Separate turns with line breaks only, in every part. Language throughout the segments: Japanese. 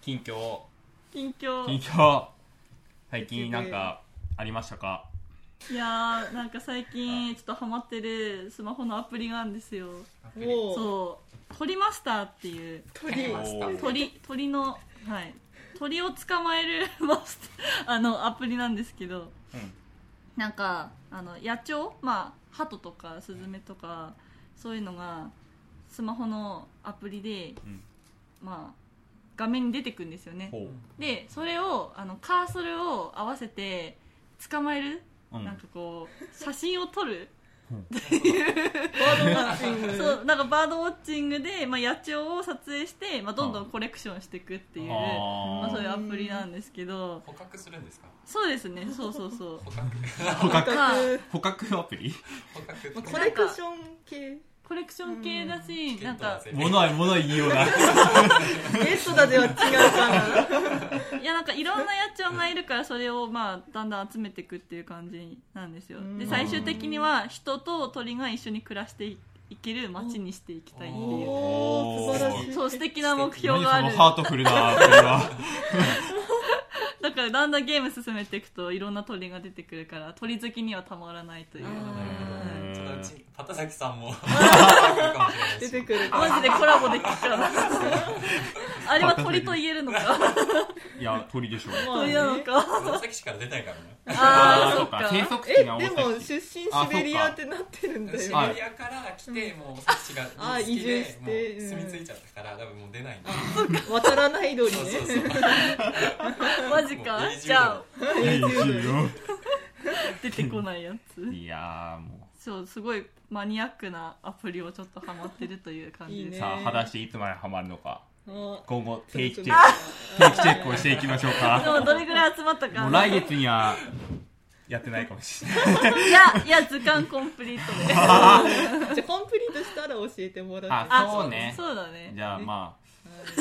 近況
近況
近況最近なんかありましたか
いやーなんか最近ちょっとハマってるスマホのアプリがあるんですよ
おお
そう鳥マスターっていう
鳥
マスター
鳥鳥のはい鳥を捕まえる マスターあのアプリなんですけど
うん
なんかあの野鳥まあハトとかスズメとかそういうのがスマホのアプリで、
うん
まあ画面に出てくるんですよね
ほ
でそれをあのカーソルを合わせて捕まえる、
ううん
なんかこう写真を撮る
バードウォッチング
そうなんかバードウォッチングで、まあ、野鳥を撮影して、まあ、どんどんコレクションしていくっていうまあ、
あ
そう
ー
いうアプリなんですけど
捕獲するんですか
そうですねそうそう そう
捕
捕獲
獲
まあ
捕獲アプリ
捕獲
まあコレクション系
コレクション系だし、
チケ
な
ッ
ん
トは
か
全部
物は物は言い ような
ゲストだでは違うかない
やなんかいろんな野鳥がいるからそれをまあだんだん集めていくっていう感じなんですよ
うん
で最終的には人と鳥が一緒に暮らしていける街にしていきたいっていう
おお素晴らしい
そう素敵な目標
何
があ
その
る
ハートフルなアプリは
だからだんだんゲーム進めていくといろんな鳥が出てくるから鳥好きにはたまらないという
う
その
ん
うち畑崎さんも来るかもしれないし
出てくるか
マジでコラボできるからな あれは鳥と言えるのか
いや鳥でしょう
まあ
鳥
ね
なのか
紫しか出ないからね
ー
あー
そ
そ
っ
っ
か
か
生息
え
地
で
が
も
大崎
出身シベリアってなってるんだ
シベ
よ
リアから来てもう私たちが
あ
好き
移住
で
し
もう
て
住み着いちゃったから多分もう出ないんで
渡らない鳥ね
そうそうそう
マジか
もう永住
じゃあ
いい
出てこないやつ
よいやーも
そうすごいマニアックなアプリをちょっとハマってるという感じです
う
ね
さあ果たしていつまでハマるのか
あ
今後定期チェック定期チェックを
あ
していきましょう
で
か
もどれぐらい集まったか
もう来月にはやってないかもしれない
いやいや図鑑コンプリート で
じゃあコンプリートしたら教えてもらって
あそうね
そうだね
じゃあま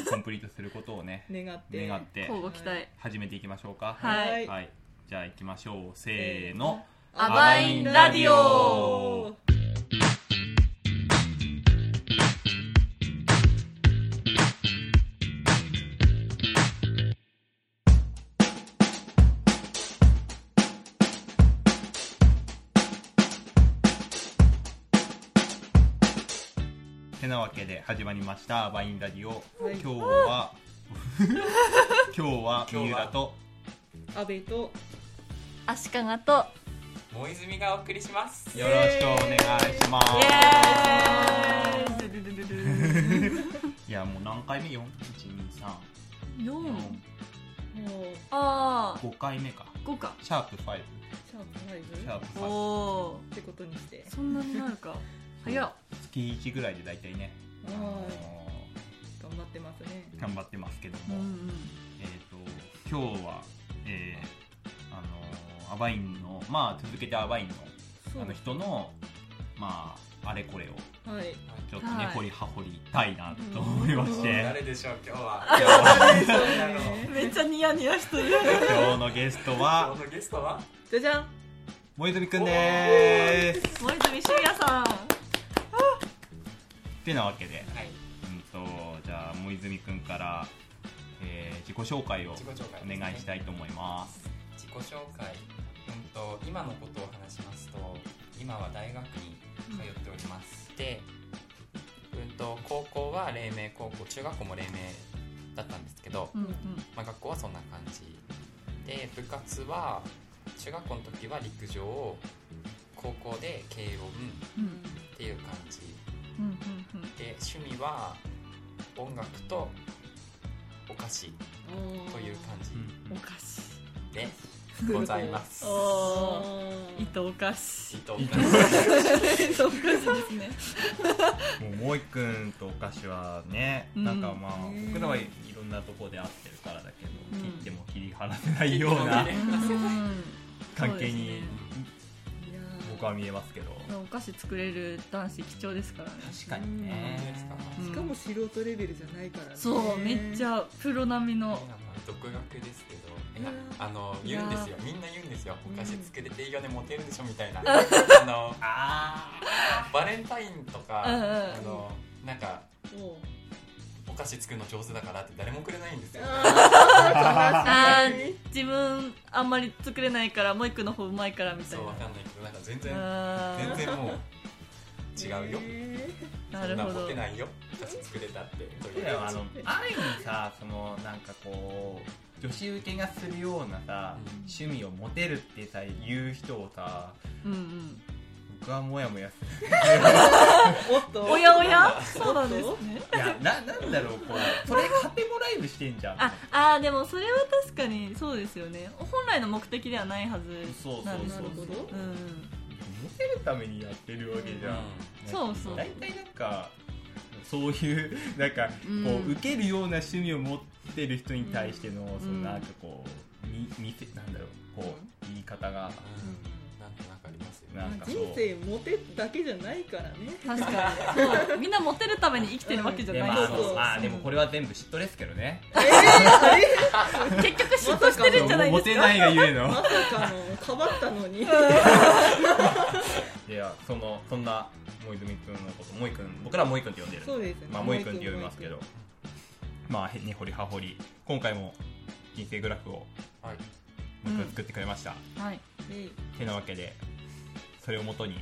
あコンプリートすることを ね
願って
願って
交互期待
始めていきましょうか
はい
はいじゃあ行きましょうせーの
アバインラディ
オてなわけで始まりました「バインラジオ」
はい
今日は今日は
今
三
日は
浦と
阿部と
足利と
もう泉がお送りします
よろしくお願いします
イエーイドゥドゥドゥドゥ
いやもう何回目 ?4123
4
もう
ああ
5回目か
5か
シャープ5
シャープライブ
シャープ
お
5
お
ってことにして
そんなになるか早っ
月1ぐらいで大体ね、あ
はい
の
頑張ってますね
ー頑張ってますけど
うん
も、えっ、と今日はえー、あのーアバインのまあ続けてアバインの
そう
あの人のまああれこれを
はい
ちょっとね、
はい
掘り葉掘りたいなと思いまして、
誰でしょう今日は
今日は誰でしょう
誰だろう
ね
うんめっちゃニヤニヤしてる
今日のゲスト
今
は
日のゲストは
じゃじゃん
森泉くんでーす。
森泉俊也さん
ってなわけで、
はい
うんとじゃあ森泉くんから、えー、自己紹介を
自己紹介
お願いした
い
いと思います。
自己紹介うんと今のことを話しますと今は大学に通っております、でうんと高校は黎明高校中学校も黎明だったんですけど、
うんうん
まあ、学校はそんな感じで部活は中学校の時は陸上高校で軽音
うん
っていう感じ
うんうんうん
で趣味は音楽とお菓子という感じ
お菓子
でございます
お
じ
糸お菓子
伊藤
伊藤
君
糸お菓子ですね
もうもいくんとお菓子はね、
うん
なんかまあ
ね
僕らはいろんなとこで会ってるからだけど、
うん
切っても切り離せないような
切り離
うん
関係に、
いやー
僕は見えますけど。
お菓子作れる男子貴重ですからね
確かにね。
うん
しかも素人レベルじゃないからね
そうめっちゃプロ並みの
独学ですけどいや
うん
あの
い
言
や
うんですよみんな言うんですよお菓子作れていいよねモテるでしょみ たいなあの
ああ。
バレンタインとか
うんうん
あのなんか
もう
おお菓子作るの上手だからって誰もくれないんですよ
あ
あー悲し
ー自分あんまり作れないからもう一個の方うまいからみたい
そうわかんないけどなんか全然
な
全然もう
い
違うよ、
ね
あーな
そん
る
なん
ほ
持っ
ど
てないよお菓子作れたってという
でもあの安易にさそのなんかこう女子受けがするようなさ、
うん
趣味を持てるってさ言う人をさ
うんうん
僕はモヤモヤする
おっと
おやおやそうなんですね
いやななんだろうこうそれカテゴライズしてんじゃん
ああーでもそれは確かにそうですよね本来の目的ではないはず
そうそう
なんです
そう
なるほど
うんうん
モテるためにやってるわけじゃん、
んそうそう
大体なんかそういうなんかこう、
うん
受けるような趣味を持ってる人に対しての、
ん
そのなんかこうみ見せなんだろうこう言い方が
うんなんとなくありますよね
なんかこう
人生モテだけじゃないからね
確かにそうみんなモテるために生きてるわけじゃ
で
ない
ま
で
あ
す
あ
よ
そうそう
のあでもこれは全部嫉妬ですけどね
えー、え
結局嫉妬してるんじゃない
モ
です
テ
か
ないがゆえの
ま さかのかばったのに
いやそのそんなもいずみくんのこともいくん僕らもいくんって呼んでる
そうですね
まあもいくんって呼びますけどまあへ根掘り葉掘り今回も人生グラフを
はい
僕が作ってくれました、
はい
え
てなわけでそれをもとに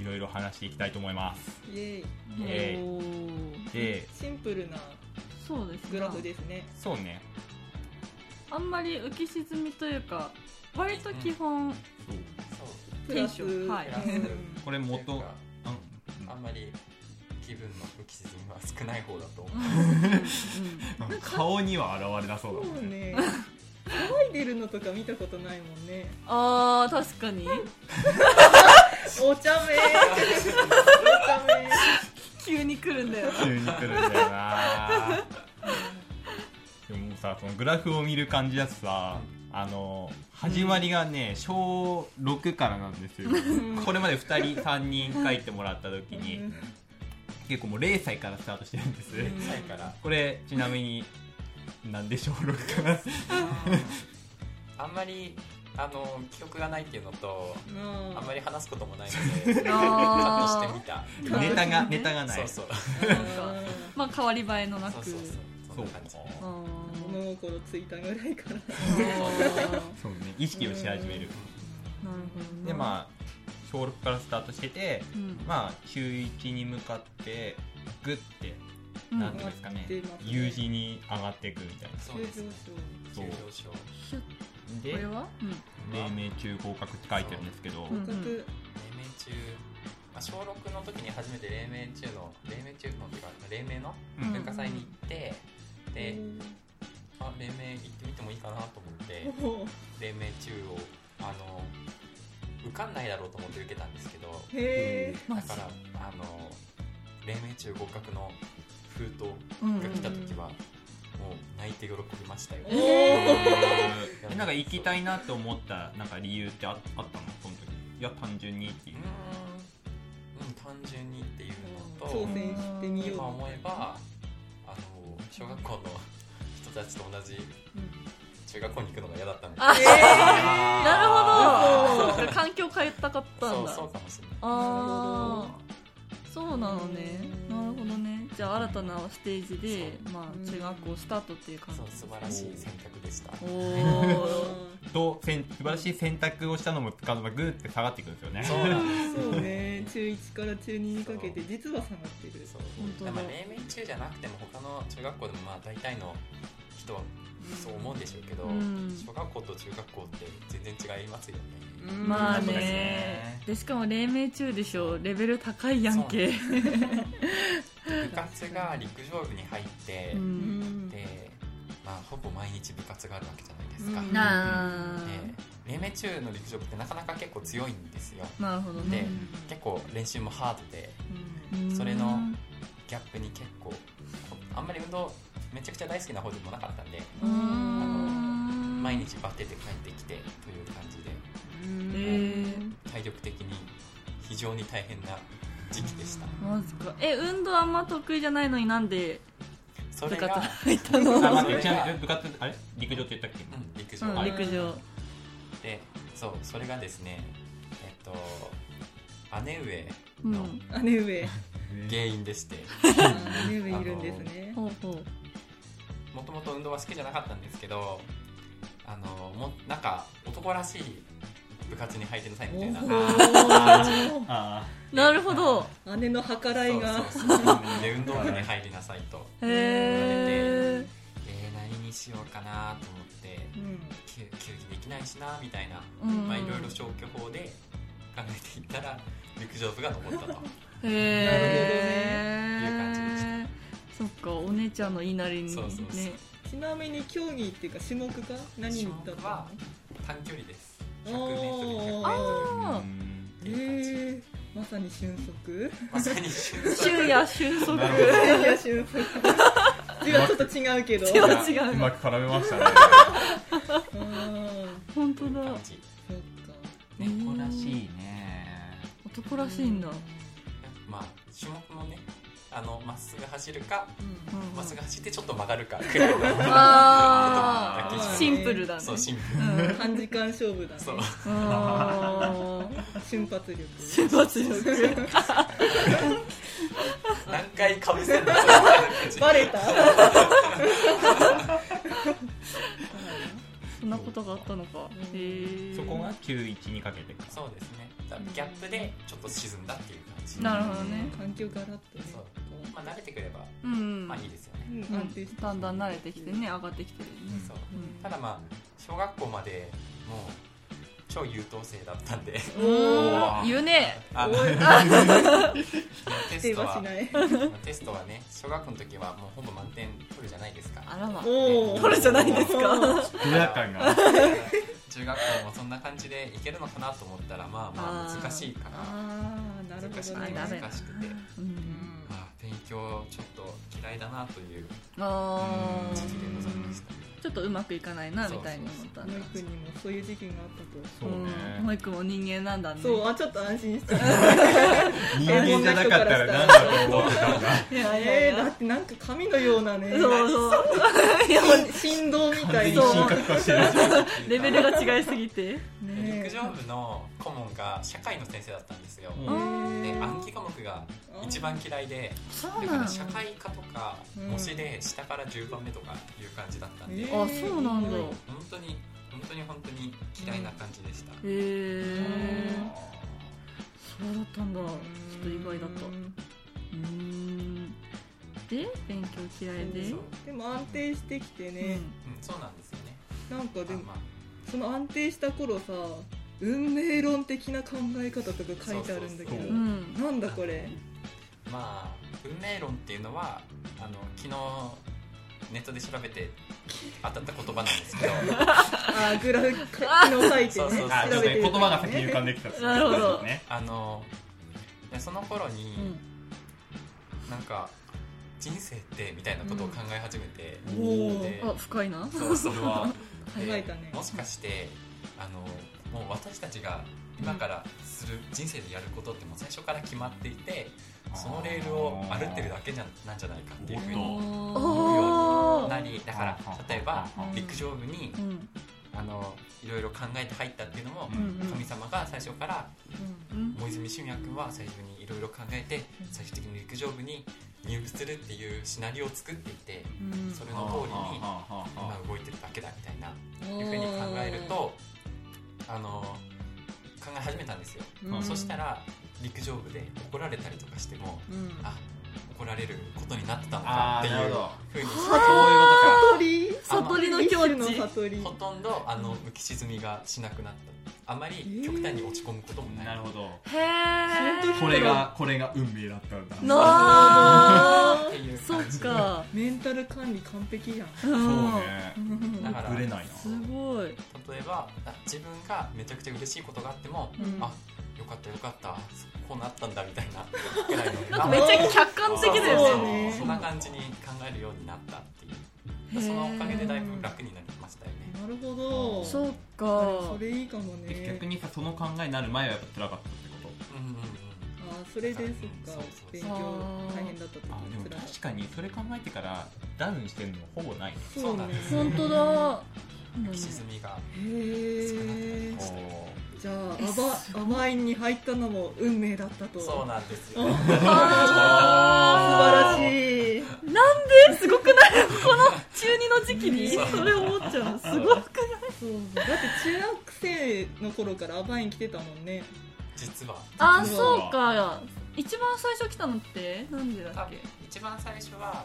いろいろ話していきたいと思います、
いイエイ
イエーイ
おー
で
シンプルな
そうです
グ
ね
ラフですね
そうね
あんまり浮き沈みというか割と基本
そう
プラス、
テンションはい
うん
これ元
っていうか
あ
あんまり気分の浮き沈みは少ない方だと思う
うんうんうん
うん顔には現れなそうだも
そうん
ね
ね騒いでるのとか見たことないもんね
あー確かに
お 茶目お茶目
急に来るんだよ
急に来るんだよな でもさそのグラフを見る感じだとさあの始まりがね、小6からなんですよ
ん
これまで2人3人書いてもらった時に、
うん
結構もう0歳からスタートしてるんです、
0歳から
これちなみになんで小6から
あんまりあの記憶がないっていうのと
な
あん
あ
まり話すこともないのでカットして
あ
みた
うん
ネタがネタがない
そうそう
ーなんかまあ変わり映えのな
そう
く
そうそうそ
そ
ん
う
な感じ
あー
物心ついたぐらいから
あ
そうね意識をし始める
ーなるほど
でまあ小6からスタートしてて
あ、うん
まあ中1に向かってグッて
うん
なんていうんですかね
上がってますね
U 字に上がっていくみたいな
そう
急
です
上
ね
そ
急
う
上昇
シュッこ
で
れは、うん、
黎明中合格って書いてるんですけど、
うん
昇格
黎明中、まあ、小6の時に初めて黎明中の黎明中のっていうか黎明の
うん
文化祭に行って、で
うん
あ黎明行ってみてもいいかなと思って
おー
黎明中をあの受かんないだろうと思って受けたんですけど
へえ
ま
だ
あ
からあの黎明中合格の封筒
うん
が来た時はもう泣いて喜びましたよ、
おー
えなんか行きたいなって思ったなんか理由ってああったのその時いや単純にっていう
うーんうん単純にっていうのと
挑戦してみよう
今思えばあの小学校の人たちと同じ中学校に行くのが嫌だったんで
あ
え
なるほど
ー
そうか環境変えたかったんだ
そうそうかもしれない
ああそうなのね
う
なんるほどねじゃあ新たなステージで
そ、
まあ、中学校スタートっていう感じ
そう素晴らしい選択でした
お
え
お
とせん素晴らしい選択をしたのもつかずがグーって下がっていくんですよね
そうなんで
そうね中1から中2にかけて実は下がってる
すそう
本当だ
まあ黎明中じゃなくても他の中学校でもまあ大体の人はそう思うんでしょうけど、
うん
小学校と中学校って全然違いますよね、
まあ
そうです
ね
ね
でしかも黎明中でしょレベル高いやんけ
部活が陸上部に入って、
う
うんん
で、まあ、ほぼ毎日部活があるわけじゃないですか、
うん
で
なあ
黎明中の陸上部ってなかなか結構強いんですよ
なるほど
で
ね
結構練習もハードで
うん
それのギャップに結構あんまり運動めちゃくちゃ大好きな方でもなかったんで
うーん
毎日バテて帰ってきてという感じで
えー
体力的に非常に大変な時期でした
マジかえ運動あんま得意じゃないのになんで
そ
部
れ
活
が、
入った
あ
の
待ってちなみに部活あれ陸上って言ったっけ、
うん、陸上
うん
部
陸上
でそうそれがですねえっと姉上
う
の
ん
姉上
原因でして
ムームいるんですね。
ほうほう
もともと運動は好きじゃなかったんですけどあのもなんか男らしい部活に入りなさいみたいな
お
あ
なるほど
お。姉の計らいが。
そうそうそうで運動部に入りなさいと
へえ
えー、何にしようかなと思って
うん
球球技できないしなみたいな、
うん
まあ、いろいろ消去法で考えていったら陸上部が残ったと
へえ
なるほどねいう感じでし
そっかお姉ちゃんの言いなりにね
そうそうそう
ちなみに競技っていうか種目が何だった
種目は
の？
短距離です 100m
おー
100m
うん
あ
っていう
えー、まさに俊足。
感じまさに
ー
瞬
週や収束
なるほ
いや俊足。字はちょっと違うけど。
違う
いやうまく絡めましたね
うん
本当だ
間感じ
そっ
猫らしい
いいね
男らしいんだ、
まあ種目もねあのまっすぐ走るか
う
か。
ん
まっすぐ走ってちょっと曲が るかくらいの
あ
だ
あ
け
シンプルだね
そうシンプ
う
ル
ん
短時間勝負だね。
そう
あー
瞬発力。
瞬発力
何回かぶせんだ
バレた。
そんなことがあったのかへー
そこが91にかけてか
そうですねだからギャップでちょっと沈んだっていう感じ
なるほどね
環境ガラッとね。
そ
こ
うまあ慣れてくれば
うん
まあいいですよね
ううん
う
安定し
ん
て
だんだん慣れてきてね上がってきてるよね
そう
うん
ただまあ小学校までもう超優等生だったんで
おー
おお言うね
あ のテ
否定
スト
は
は
しない。
テストはね小学校の時はもうほぼ満点取るじゃないですか
あらま
おお。
取るじゃないです
か。
クリア感が
中学校もそんな感じでいけるのかなと思ったらまあ
あ
まあ
ー
難しいかな
ああ、なるほ
難し
ど
く
あ
て
ダ
難
メ
し
ね。
くて
うん
あー勉強ちょっと嫌いだなという
あー
時期でございました
ちょっとうまくいかないなみたいに思ったんだ
モイ君にもそういう時期があった
そう
うんもう
ね
一個も人間なんだね
と。そう、あ、ちょっと安心しちゃった。
人間じゃなかったら何だと思ってたんだ
いやいやい
えー、
や
だってなんか神のようなね
そう そういやもう
神神道み
完
た
全
い
に
な
神格化してる
レベルが違いすぎて
ね
陸上部の顧問が社会の先生だったんですよ、
うん
で
え
暗記科目が一番嫌いで
そう
だか
なの
ら社会科とか
うん
模試で下から10番目とかいう感じだったんで、
え
あそうなんだ
う
へ
ん
本当に本当に本当に嫌いな感じでした、
えそうだったんだちょっと意外だったう
うん
ーんで勉強嫌いで
そう
でも安定してきてね、
うん、そうなんですよね
なんかでも
あまあ
その安定した頃さ運命論的な考え方とか書いてあるんだけど
そう
う
そ
ん
なんだこれ
まあ運命論っていうのはあの昨日ネットで調べて当たった言葉なんですけど
あーグラフかの書いて
そうそうそう
ね
あちょ
調
っと
べ
ね
て
言
る
葉が先に浮かんできた
なるほど
ね
あのでその頃に、なんか人生ってみたいなことを考え始めて、
おお
で
あ深いな
そうそれは
考えたね
でもしかしてあのもう私たちが今からする人生でやることってもう最初から決まっていてそのレールを歩ってるだけじゃなんじゃないかっていうふうに
おー
なりだから例えば
うん
陸上部に
うん
あのいろいろ考えて入ったっていうのも
うん
うん
神様が最初から
うん
大泉俊也君は最初にいろいろ考えて最終的に陸上部に入部するっていうシナリオを作っていて
うん
それの通りに今動いてるだけだみたいないうふうに考えるとあの考え始めたんですよ、
うん
そしたら陸上部で怒られたりとかしても
うん
あ怒られることになってたのか
あ
っ
あ
てい
なる
う
ほど
ふうにして
悟
悟
り
りの境
一種
地
の悟り
ほとんどあの浮き沈みがしなくなったあまり極端に落ち込むこともない、
なるほど
へえ
その時
これがこれが運命だったんだ
な
っていう
そっ
感じ
か
メンタル管理完璧やん
そ
そ
う
うね
ん
だから
ぶれ
例
ないな
すごい
えばあ自分がめちゃくちゃ嬉しいことがあっても、
うん
あよかったよかったこうなったんだみたいなぐらいの
な んかめっちゃ客観的だ
そう
よ
そう
ね
そうそんな感じに考えるようになったっていう
へー
そのおかげでだいぶ楽になりましたよね。
なるほど
そう
そっ
あ
か
それいいかもね
逆にさその考えになる前はやっぱ辛かったってこと
うんうんうん。
あーそれでそっ
そう
か
そう
勉強大変だった時
あ
に
でも確かにそれ考えてからダウンしてるのほぼないね
そうなんです
本当だなんだろう
浮き沈みが
へ
少なくなり
え
ましたよ。
じゃあ甘甘いに入ったのも運命だったと
そうなんです よ
お
素
素
晴
晴らしい
なんですごくない この中二の時期にそれ思っちゃうのすごく
そうだって中学生の頃からアバイン来てたもんね
実は
あ
そう
そうか一番最初来たのってなんでだ
多
っ
分
け
一番最初は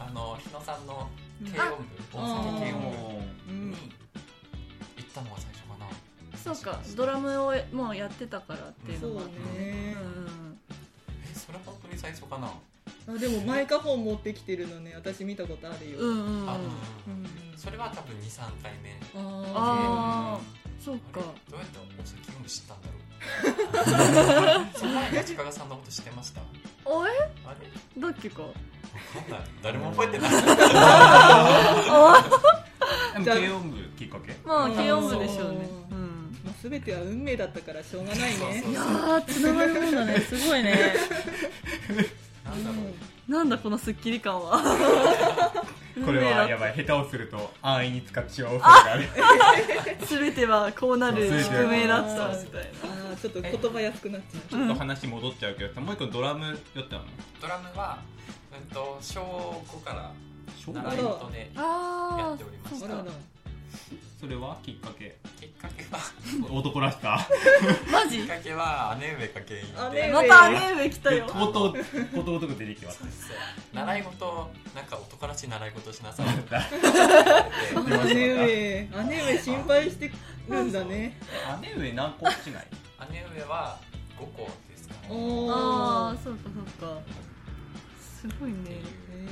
あの日野さんの軽
あ
音部大
あ
阪軽音
う
部
ん
に行ったのが最初かな
そうかドラムをもうやってたからっていう
そ
の
う
もあっ
ね
て、うん
えそれ本当に最初かな
あでもマイカホン持ってきてるのね私見たことあるよ、
うんうんうん
あ
うん
それは多分23回目
あ
あそう
あ
か
れどうやって大阪軽音部知ったんだろうその前に足利さんのこと知ってました
あれ
あれ
だっけ か
わかんない誰も覚えてない
で
あ
も軽音部きっかけ
あまあ軽音部でしょうね
う
うん
ー、まあ、全ては運命だったからしょうがないね
そう
い
そ
や
う
ーつながるもんだねすごいね
なんだろう
なんだこのスッキリ感 は
これはや
い
ばい下手をすると安易に使っちまう恐れがある
全てはこうなる宿命だったみたい
あーちょっと言葉安くなっちゃ
ちょっと話戻っちゃうけどさもう一個ドラムやったよね
ドラムは、うん、と小5から
小
習い事で
なあ
や
あ
っておりまし
うあら
た
ら
それはきっかけ
きっかけは
男らしさ
マ
き
ジ
っかけは姉上が原因
姉
で
上
また姉上来た
で
よ
とうとうとうとう男出てきてます
そうそう習い事なんか男らしい習い事しなさいって言われて
姉上姉上心配してるんだね
姉上何個違い
姉上は5個ですかね
お
ああ
ー
そうかそうかすごいね
って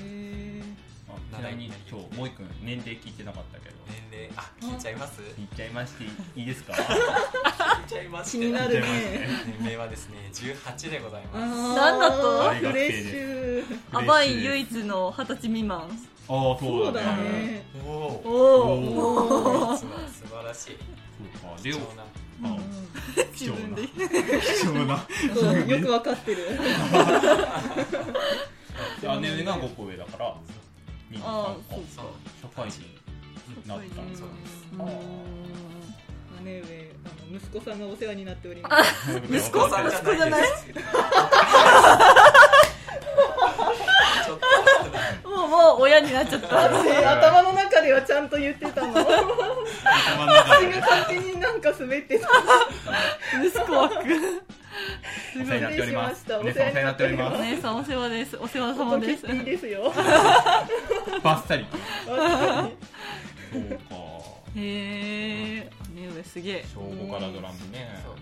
いう
へ
あちなみに今日もう一個年齢聞いてなかったけど
年齢あ聞いちゃいます
言っちゃいましていいですか
聞いちゃいま
ー
す
気になるね
年齢はですね18でござい
あ
ます
ー
なんだと
大学生
フレ
で
ッシュ
アバイン唯一の二十歳未満
ああ
そ
そうう
だ
だね
ね
おお
おお
お
素晴らしい
そうか
貴
で
重
も
な
あ貴
自
重
分
な
で
貴重な
そうよくわかってる
姉上が5個上だから23
ああ
個
そう
社会人なったん
ん
です
そう
うん
姉上あの息子さんがお世話になっております
息子さん息子じゃない
ですちょっと
もうもう親になっちゃった
ね頭の中ではちゃんと言って たの私
頭の中
が
で
勝手になんか滑ってた
息子枠
お世話になっております
失礼
姉
し
さん
ました
お世話になっており
お
ま
姉さんお世話ですお世話様
こと切
で
っ
す
ていいですよ
すバッサリ
あ
そうか
へえ姉上すげえ
小5からドラムね
そう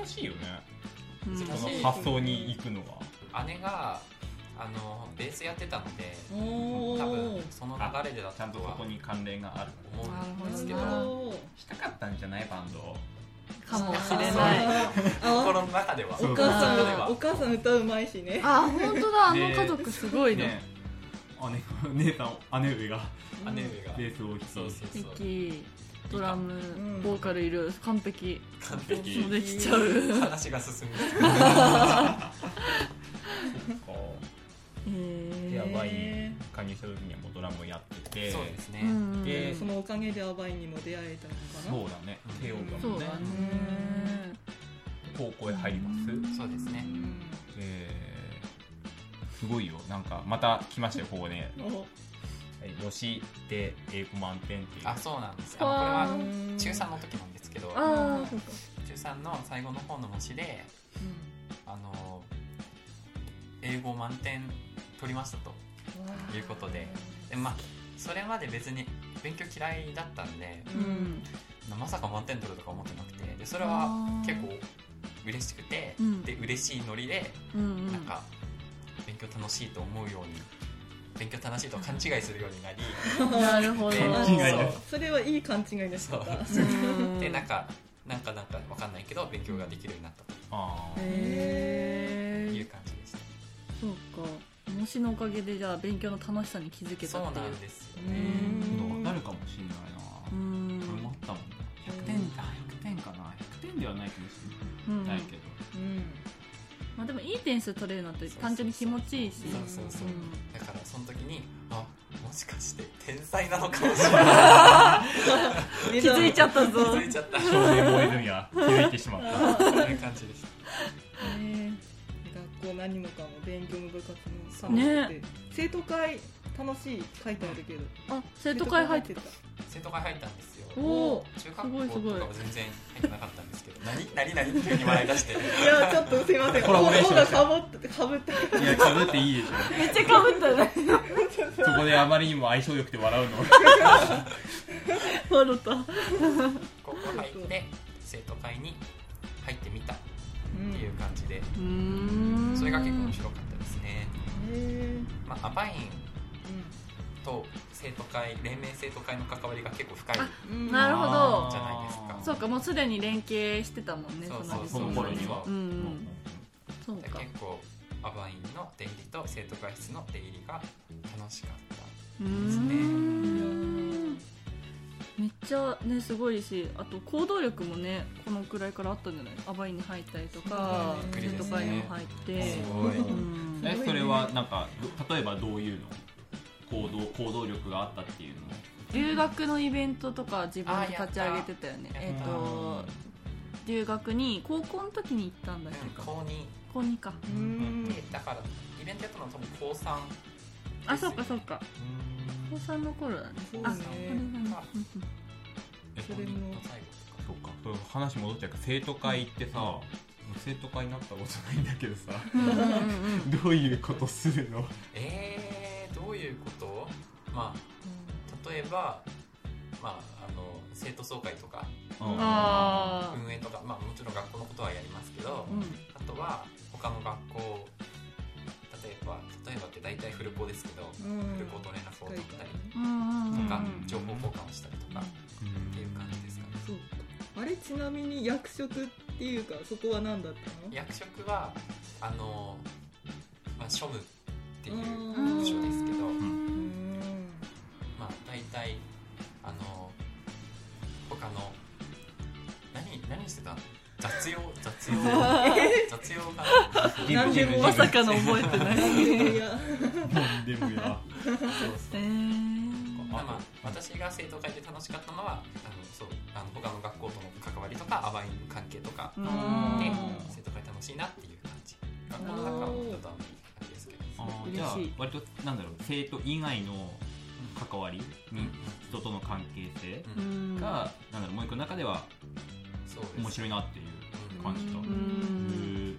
珍しいよね
うん
珍
こ
しい
の発想に行くのは
姉があのベースやってたので
お
多分
ー
その流れでだっ
ちゃ
た
んと
と
そ
は
こに関連がある
思うんですけど
なるほど
したかったんじゃないバンドを
かもしれない
あー
心の中では
そう
お母
心の中で
さ
は
んお母さん歌うまいしね
あ本当だあの
ね
家族すごいね
ね姉姉さん姉上が
姉上が
ベースを弾き
そうそう
素
そう
敵ドラム
ん
ボーカルいる完璧
完
も
璧
うできちゃう
話が進む
でア
へ
バイン加入した時にはもうドラムをやってて
そうですね
えうん
で
そのおかげでアバインにも出会えた
そう
のか
だね慶応だ
そ
もん
う
ね
だね
高校へ入ります
そうですね
えーすごいよなんかまた来ましたよここね
なお
吉で英語満点っていう
あそうなんですあ
う
のこれ
わー
は中3の時なんですけど中
ああ
そうか
3の最後の方の模試であの英語満点取りましたということででまあそれまで別に勉強嫌いだったんで
うん
まさか満点取るとか思ってなくてでそれは結構嬉しくて、
うん
で嬉しいノリで
うんうん
なんか勉強楽しいと思うように勉強楽しいと勘違いするようになり
なるほど
勘
違いだ
そうそれはいい勘違いの仕方
うん
でなんかなんかなんかわかんないけど勉強ができるようになった
あー
へ
とい
え
う感じでした、
そうか模試のおかげでじゃあ勉強の楽しさに気づけ
そ
たっ
う
てい
な
うん
ですよ
う
ね
ん
今分かるかもしれないうなこれもあ
ん
ったもんな100点あ100点かな100点ではないかもし
う
れ
ん
ないけど
うん
まあでもいい点数取れるのって単純に気持ちいいし
そうそうそう
うん
だからその時にあもしかしてって天才なのかもしれない
気づいちゃった
気
ぞ
づいちゃった
少年ボーイズには 気づいてしま った
こんな感じでした
ね学校何もかも勉強も部活もさ
ね
生徒会楽しい書いてあるけど
あ生徒会入って
た
生徒会入ったんですよ
おお
中学校
すごいすごい
とかは全然入ってなかったんですけど何何何急に笑い出して
いやちょっとすいません
コラボレーション
がかぶってかぶって
いやかぶっていいでし
めっちゃかぶったね
ょそこであまりにも相性良くて笑うの
笑った
高校入って生徒会に入ってみたっ
うん
ていう感じで
うーん
それが結構面白かったですね、
へ
まあ、アバイン
ー
と生徒会黎明生徒会の関わりが結構深い
うんうん
なるほど
じゃないですか
そうかもうすでに連携してたもんね
そう
の
そう
時
そ
の
う
頃に
は
は
うんうんそう
結
か
構アバインの出入りと生徒会室の出入りが楽しかった
うーんめっちゃねすごいしあと行動力もねこのくらいからあったんじゃないアバインに入ったりとか
そう
生
ね
徒会にも入って
すごい
うん
えそれはなんかど例えばどういうの行動行動力があったっていうの
留学のイベントとか自分で立ち上げてたよね
あや
え
っ
っ、
た
と留学に高校の時に行ったんだっけ
高2
高2か
うん
だからイベントやったのは多分高3
あそうかそうか
うん
高3の頃だね
そうね
あこれだねうんうん
え
それも
最後とか
そうかそう話戻っちゃうけど生徒会ってさ、もう生徒会になったことないんだけどさ
うんうんうん
どういうことするの
えー、どういうことまあ例えば、まあ、あの生徒総会とか
あ
運営とか、まあ、もちろん学校のことはやりますけど、
ー
あとは他の学校例えば例えばって大体フル校ですけど、
うん
フル校と連絡を取ったり
うんうんうんう
と
ん
か、
うん
情報交換をしたりとかっていう感じですかね
そうかあれちなみに役職っていうかそこは何だったの
役職はあの、まあ、庶務っていう
うん
部署ですけど、
うん
まあ、大体あの他の何何してたの雑用雑用雑用が
何でも
まさかの覚えてない
いや
何でも や
そう
え
そう
ー
まあまあ私が生徒会で楽しかったのはあのそうあの他の学校との関わりとかアバインの関係とか
う
で
ん
生徒会楽しいなっていう感じ学校の中はちょっとあんまりあれですけど
あー
嬉しい
じゃあ割となんだろう生徒以外の関わり
う
に人との関係性
んうん
うん
が、なんだろうもう一個の中では
そうです
面白いなっていう
うん
感じと、
う
うん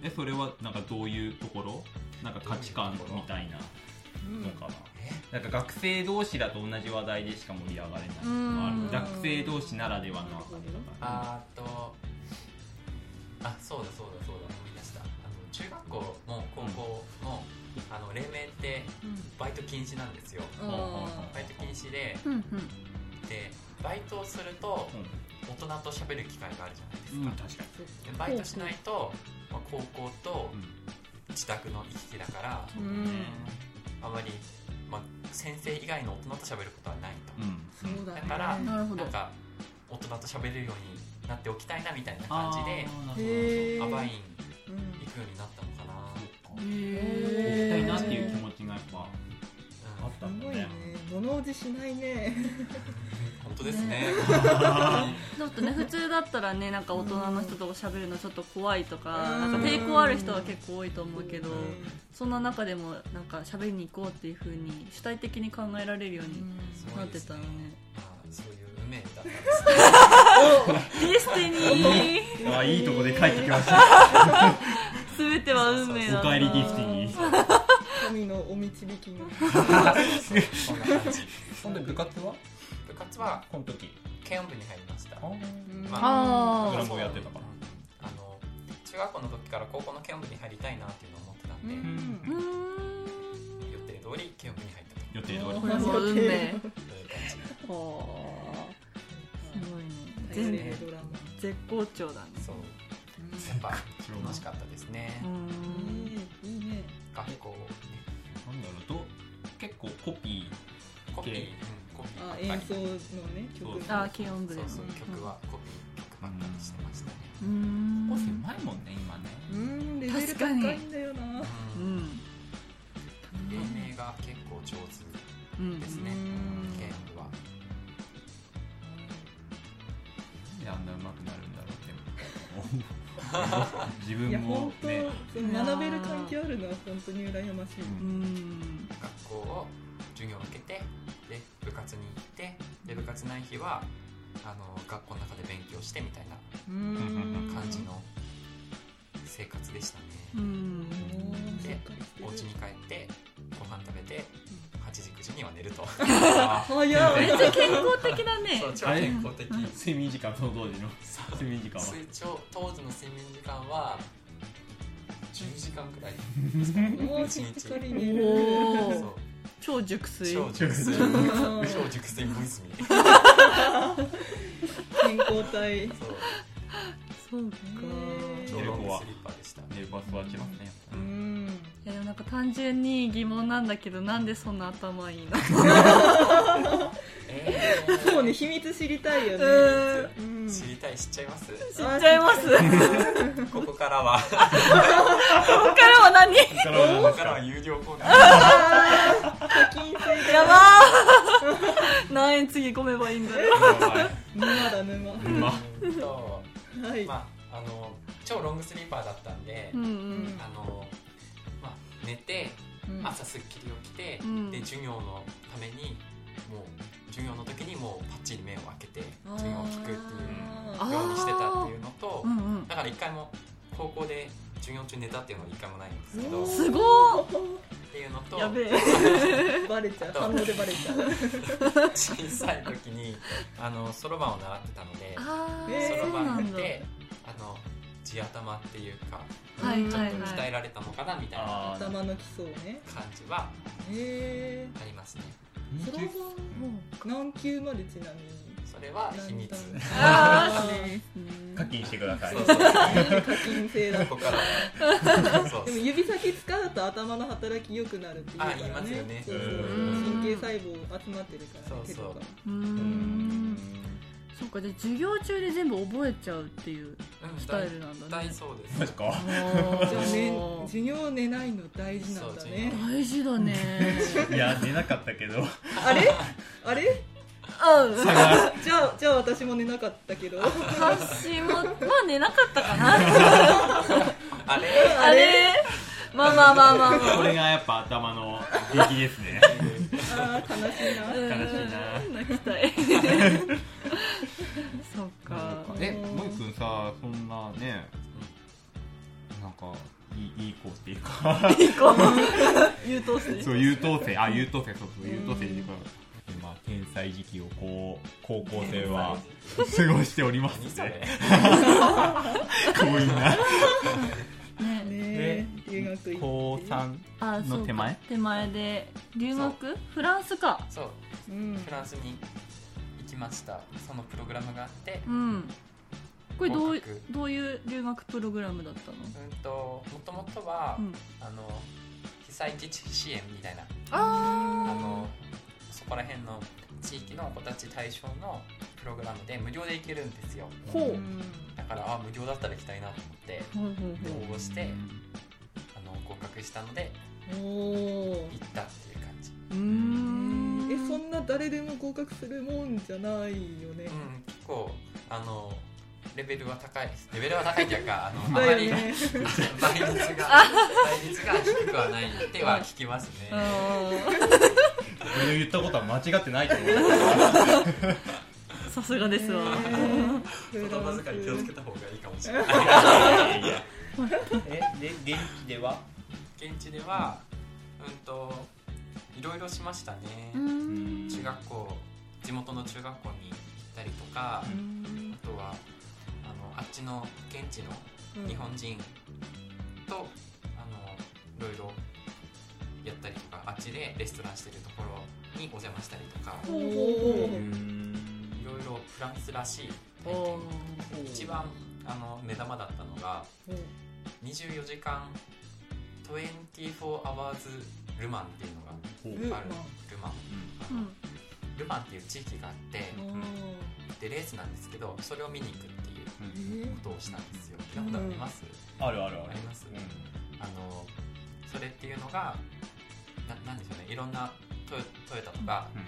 んえそれはなんかどういうところなんか価値観みたいなのかな、なんか学生同士だと同じ話題でしか盛り上がれないのがある
うん
学生同士ならではの
あーっとあそうだそうだそうだ思い出したあの中学校も高校も、あの黎明ってバイト禁止なんですよ
うんあ
バイト禁止で
うん
でバイトをすると
うん
大人と喋る機会があるじゃないです
う
か、
ん確か
でバイトしないと、まあ、高校と
に、
自宅の行き来だから
う
うん
ん
あまり、まあ、先生以外の大人と喋ることはないと、
うん
そうだね
だから
うんなるほど
なんか大人と喋れるようになっておきたいなみたいな感じで
へ
へー
アバイン
うん
行くようになったのか
行
な、
へ
き
ー
たいなっていう気持ちがやっぱ
うん
あった
す
んだ
ごいね
ね
物おじしないね
本当ですね。
ちょっとね普通だったらねなんか大人の人と喋るのちょっと怖いとか
う
なんんか抵抗ある人は結構多いと思うけど
うん
そんな中でもなんか喋りに行こうっていう風に主体的に考えられるようになってたのね
ま あそういう運命だったんです
ディスティニー
あいいとこで帰ってきました
全ては運命だ
お
な
かえりディスティニー
神のお導きの
ね。そんな感じ。
ほんで部活は
部活は
この時
軽音部に入りました。
あー
ブランコやってたから
あの中学校の時から高校の軽音部に入りたいなっていうのを思ってたんで、
ん
うーん
予定通り軽音部に入った
予定通り
これも運命
という感じ。
はあすごいね全
全然ドラマ
絶好調だね
そう。やっぱ楽しかったですね。
うーん
いいね
学校ね
なんだろうと結構コピ
コピー、
OK
うんコピ
あ
ーば
演
っか
奏の
り。
ね曲
そう
あ軽音部で
そう
も
そう曲はコピー曲ばっかりしてましたね。
うーん
ー狭いもんね今ね
うんレベル高いんだよな
う
うん
ん
黎明が結構上手
うん
ですね
うん
ゲームは
なんであんなうまくなるんだろうって自
いや
分も
本当、
ね
その学べる環境あるのは本当に羨ましい、
うん
学校を授業を受けてで部活に行ってで部活ない日はあの学校の中で勉強してみたいな
うん
感じの生活でしたね、
うん
おーしっかり
お家
して
に
る
帰ってご飯食べて8時9時には寝ると
早い
めっちゃ健康的だね
そう超健康的
睡眠時間その当時の
そう
睡眠時間は
通帳当時の睡眠時間は10時間くらい
もう
一
し
日
っかり
お
寝る
そう
ー超熟睡
超熟睡
うん
超熟睡小泉
健康体
そ
そ
う
うね
超ロングスリッパでした
でバスは来ますねやっぱ
う
り
ん
いやでもなんか単純に疑問なんだけどなんでそんな頭いい の
えー
そうね秘密知りたいよねうん
知りたい知っちゃいます
知っちゃいますこ
ここからは
こからは何
だから
ここからは有料コーナー
課金制
やば ー何円次込めばいいんだろう
沼だ沼は
ま
うんと
い、
まああの超ロングスリーパーだったんで
うん
ん
あのまあ寝て
うん
朝すっきり起きて、
うん
で授業のためにもう授業の時にもうパッチリ目を開けて授業を聞くっていう
あー
ようにしてたっていうのと
うんうんうん
だから一回も高校で授業中寝たっていうのは一回もないんですけど
お
っ
ー
すご
ていうのと
ーやべえ
バレちゃう反応でバレちゃう
小さい時にあのそろばんを習ってたので
あ
え
ー
そ
そ
ろ
う
ば
なんんだ
であの地頭っていうか
はい
ちょ
は
っ
い
と鍛え
は
られたのかなみたいな
あー
頭の基礎をね
感じは
へえ
ありますね
そろ
いもう
ばん何級までちなみに
それは秘 密
何段
あ
あ
ー
課金してください
そうそうそう
課金制だ
ここからはそう
でも指先使うと頭の働き良くなるっていうからね
あ言いますよね
そうそう
うん
神経細胞集まってるからね
そう
手
そ
と
う
か
うーんそうかじゃあ授業中で全部覚えちゃうっていう
うん
スタイルなんだ
大
ね
体そうで す
マジか
あー
じゃあね授業寝ないの大事なんだね
そ
大事だね
いや寝なかったけど
あれあれ
うん
じゃあじゃあ私も寝なかったけど
私もまあ寝なかったかな
あれ
あれまあまあまあまあまあ
これがやっぱ頭の出来ですね
あー悲しいな
うん
悲しいな
泣きたい そっか
えもえくんさそんなねなんかいいいい子っていうか
いい子優等生
そう優等生あ優等生そうそう優等生っていうか今天才時期をこう高校生は過ごしております
何そ れ
ねすごいな
ね
ね留学行って
高三
あそう
の
か
手前
手前で留学フランスか
そう
うん
フランスに行きましたそのプログラムがあって
う
うん
んこれどう
合格
どういう留学プログラムだったの
ともともとは、
うん
あの被災地支援みたいなあ
あ
のそこら辺の地域の子たち対象のプログラムで無料で行けるんですよ
ほう
うん
だからあ無料だったら行きたいなと思って
ほうほうほう
応募してあの合格したので
おー
行ったっていう感じ
うーん
えそんな誰でも合格するもんじゃないよね
うん結構あのレベルは高いですレベルは高いっていうかあ のあま
だよ
り
ね
倍率が倍率が低くはないっては聞きますね
あー
俺の言ったことは間違ってないと思う
さすがですわ
ねえ
言葉遣い気をつけ
フ
た方がいいか もしれない
えで現地では
現地ではうんといろいろしましたね、
うん
中学校地元の中学校に行ったりとか、あとはあのあっちの現地の
ランス
日本人と、あのいろいろやったりとかあっちでレストランしてるところにお邪魔したりとか
お
う
ー
ん
いろいろフランスらしい体
お
験一番あの目玉だったのが24時間24 hours ルマンっていうのが
ほう
ルマン
あるルマンあ
う
の
ん
ルマンっていう地域があってでレースなんですけどそれを見に行くっていう
うん
ことをしたんですよ聞いたことあります、
あるあるあ
あ
る
りますあのそれっていうのがななんでしょうねいろんなトヨトヨタとか
うん
い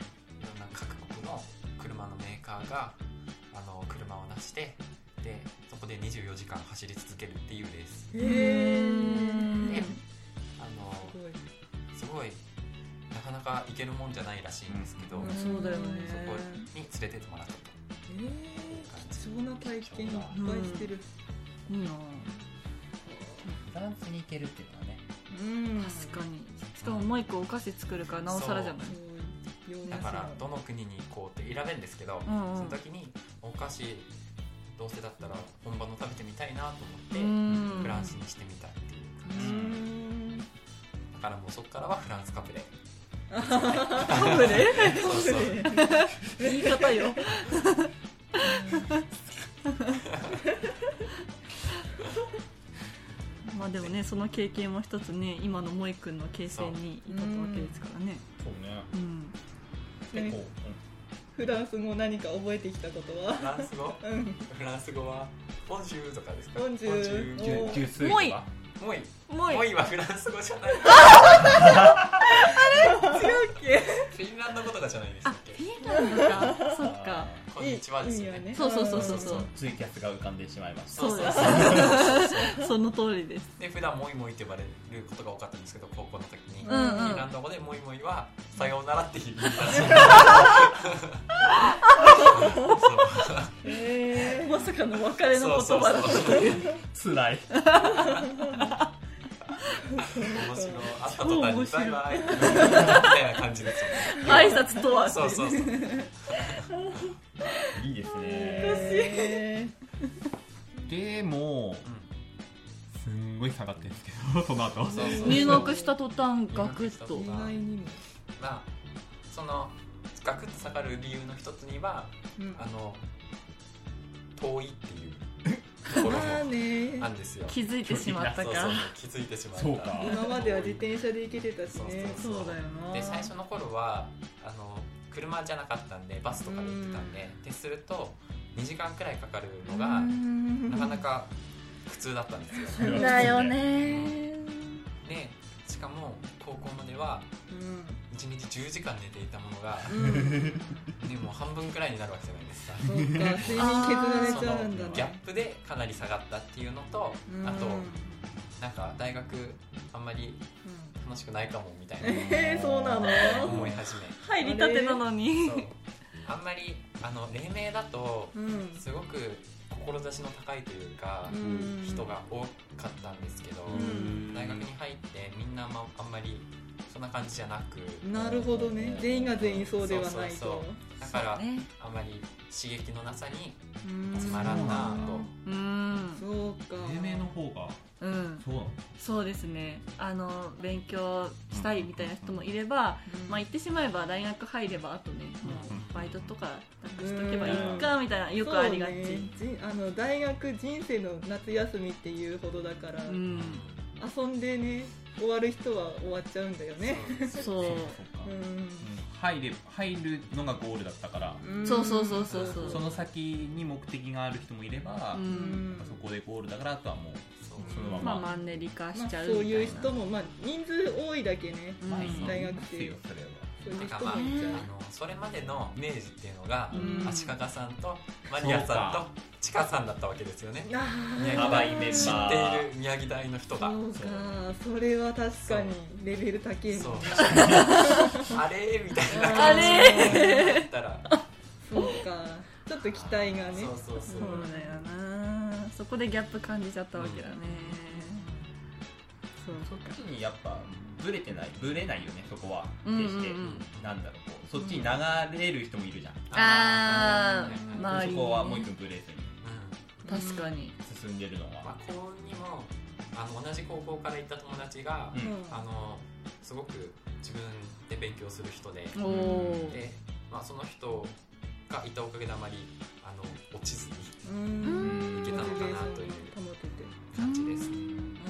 ろんな各国の車のメーカーがあの車を出してでそこで24時間走り続けるっていうレース
へ
へ
え
ー
あのすごいなかなか行けるもんじゃないらしいんですけど、
うん
そ
そうだよね
こに連れてってもらったと
えー、貴重な体験いっぱいしてる、
いいな
フランスに行けるっていうのはね
うん
確かにしかももう一個お菓子作るからなおさらじゃない
そう洋梨
だからどの国に行こうって選べるんですけど、
うんうん
その時にお菓子どうせだったら本場の食べてみたいなと
う
思って
ん
フランスにしてみたっていう感
う
じ、
ん
だからもうそこからはフランスカブレ
カブレ
そうそう
カブ
言
レ
い方よ まあでもねその経験も一つね今の萌えくんの形成に至ったわけですからね
そうね
うん
結構、うん
フランス語何か覚えてきたことは
フランス語
うん
フランス語はボンジュールとかですか
ボンジュール
ボン
ジ
ジュール
ュジュース
もういい
とか
モイ
萌
モ
え
イはフランス語じゃない
違うっ
フィンランド語とかじゃないでした
あ
っ
フ
け
ィンランドか そっか
こん
け
にちはですよね
いい
そうそうそうそうそう
ツイキャスが浮かんでしまいました
そうですその通りです
で普段モイモイって呼ばれることが多かったんですけど高校の時に、
うんうん
フィンランド語でモイモイはさようならって言います
へ
まさかの別れの言
そう
葉だったという
つらい
面白い会った
超
途端
面
に
白
バ
い
イバイみたいな感じですよね
挨拶とはってい
そうそうそう
いいですね
え
でもすんごい下がってるんですけどその後
そうそう
入学した途端ガクッと
入学
意
し
外にも
まあそのガクッと下がる理由の一つには
うん
あの遠いっていうところも
まあね
あるんですよ
気づいてしまった
そう
か
そう気づいてしまった
そうか
今までは自転車で行けてたし
そう
ね
そうそう
よな
で最初の頃はあの車じゃなかったんでバスとかで行ってたんでですると2時間くらいかかるのがなかなか苦痛だったんですよ
それは
だよね
でしかも高校までは
うん
1日10時間寝ていたものが、
うん
ね、もう半分くらいになるわけじゃないですか
そうか睡眠削られ
そ
ちゃうんだ
のギャ
ね
ップでかなり下がったっていうのとあとなんか大学あんまり楽しくないかもみたいな
えー、そうなの
思い始め
入りたてなのに
そうあんまりあの黎明だと
うん
すごく志の高いというか、
うん
人が多かったんですけど、
うん
大学に入ってみんな、まあんまりそんな感じじゃなく
なるほどね全員が全員そうではない
そうそう
と
だから、
ね
あんまり刺激のなさに
うん
つまらんな
うん
そうか
英明の方が
うん
そうなの
そうですねあの勉強したいみたいな人もいれば、まあ言ってしまえば大学入ればあとねもうバイトとかなんかしとけばいいかみたいなよくありがち
そうねじあの大学人生の夏休みっていうほどだから、
う
と、
ん
遊んでね終わる人は終わっちゃうんだよね
そう
そうか
う
うんん入れ入るのがゴールだったから
ん
そうそうそうそうそう
その先に目的がある人もいれば、
う
うんん
そこでゴールだからあとはもう
そう
そのま
まあ
ま、
マンネリ化
ま
し
あ、
ちゃう
そう
みた
いう
いな
人も、まあ、人数多いだけね、
うん
大学
です
生
よそれは
そういう
てか
人
まあ、
もいちゃう
あのそれまでのイメージっていうのが、
うん
足利さんとマリアさん
そう
とチカさんだったわけですよね
あ
ね
ー
やばいメンバ
知っ
ー
ている宮城大の人が
そうかそれは確かにレベル高い
そう
もん
あれみたいな
あれ
だったら
そうかちょっと期待がね
そうそうそう
そうだよなそこでギャップ感じちゃったわけだね、そ
そうっちにやっぱブレてないブレないよねそこは
うんうんうん
決して、なんだろうこうそっちに流れる人もいるじゃん、
あー
あ
まあ
そ
いいね
こはもう一分ブレずに
確かに
進んでるのが、
まあ高2にもあの同じ高校から行った友達が、
うん
あのすごく自分で勉強する人で
おおー
で、まあ、その人がいたおかげであまりあの落ちずに
うん
うん
うん
いけたのかなという
保てて
感じです、
あ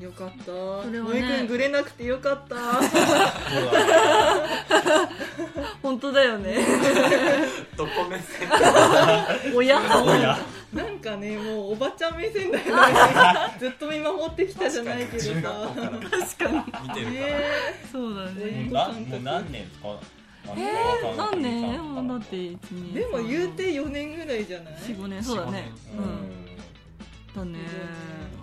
あよかった
それは
萌
ね
えくんぶれなくてよかった
そうだね
本当だよね
どこ目線
親
おや
なんかねもうおばちゃん目線だよねずっと見守ってきたじゃ ないけど
中学校
さ
から見て
確かに
るから、
ね
そうだね
ね
もうなもう何年ですか
えー、何年もうだって1 2
でも言うて4年ぐらいじゃない
45年そうだね
う
うんんだね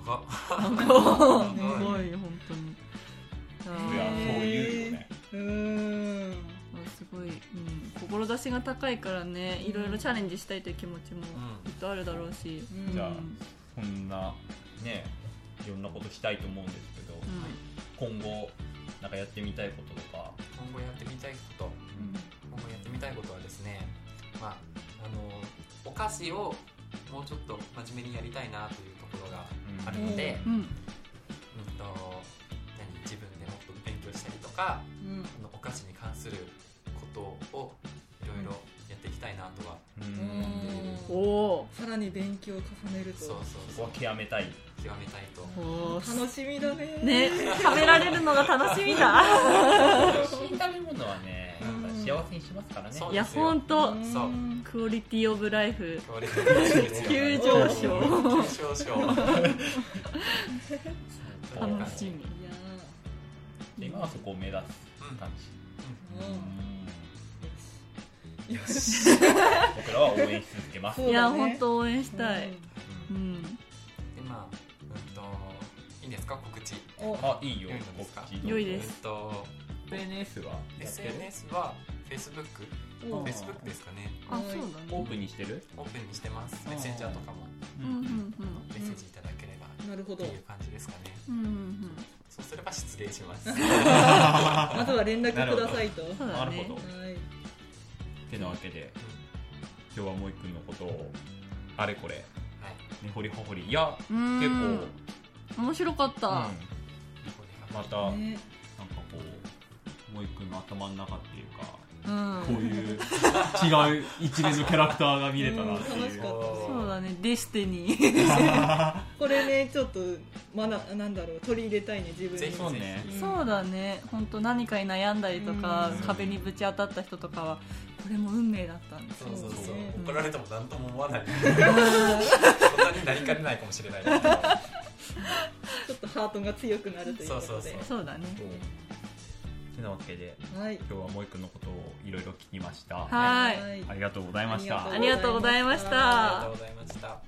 長っ
なんかすごい
ね
本当に
いや
あ
そういうよね
うーん
ーすごい、うん、志が高いからねいろいろチャレンジしたいという気持ちも
う
きっとあるだろうし、
うん
じゃあ
うん
こんなねいろんなことしたいと思うんですけど、今後なんかやってみたいこととか、
今後やってみたいこと今後やってみたいことはですね、まあ、あのお菓子をもうちょっと真面目にやりたいなというところがあるので、
うんうん
うんと何自分でもっと勉強したりとか
うん
あのお菓子に関することをいろいろやっていきたいなとは、
うん
お
お
お
さらに勉強を重ねる
そう
と
そう
そ
そ
こ
う
は極めたい
極めたいと
ーおー
楽しみだね
ね食べられるのが楽しみだ
しい食べ物はね、やっぱ幸せにしますからね。
そう
いや
ですよ
本当
ん
そう
クオリティオブライフ
強烈な話ですよ
急
ね
上昇
急上昇
楽しみ
いや
で今はそこを目指す感じ、
ー
う
うんんよし
僕らは応援し続けます
そうだ
い
ね
や本当応援したい、
う
うんん、
でまあうんといいんですか告知
お
あいいよ
良いのですか
告知どうぞ
良いで
えっ
す
と
SNS はやってる
SNS は FacebookFacebook
お
うん
ですかね
あそうだ
オー
ね
プンにしてる
オープンにしてます
あー
メッセンジャーとかも
う
うんうんうん
メッセージいただければ
なるほ
って
ど
いう感じですかね
うんうん
そうすれば失礼します
まずは連絡くださいとは
そうだ
なる
ね
ほど
い
てなわけで今日はもいくんのことをあれこれ
はい
根掘り葉掘りいや
うん
結構、うん
面白かった、
これが
またなんか
ね
こうもいくんの頭の中っていうか
うん
こういう違う一連のキャラクターが見れたなって
うん楽
い
し
う
か。ったね
そうだねデスティニー
これねちょっとまだなんだろう取り入れたいね自分
ぜ
に
ひ
そうね
ん
そうだね本当何かに悩んだりとか
うん
壁にぶち当たった人とかはこれも運命だったんです
そうそうそう
うん
怒られても何とも思わ ないそんなになりかねないかもしれないけど
ちょっとハートが強くなるということで
そうそう
そうだね
てなわけで
はい
今日はもいくんのことをいろいろ聞きました
はい
ありがとうございました
ありがとうございました
ありがとうございました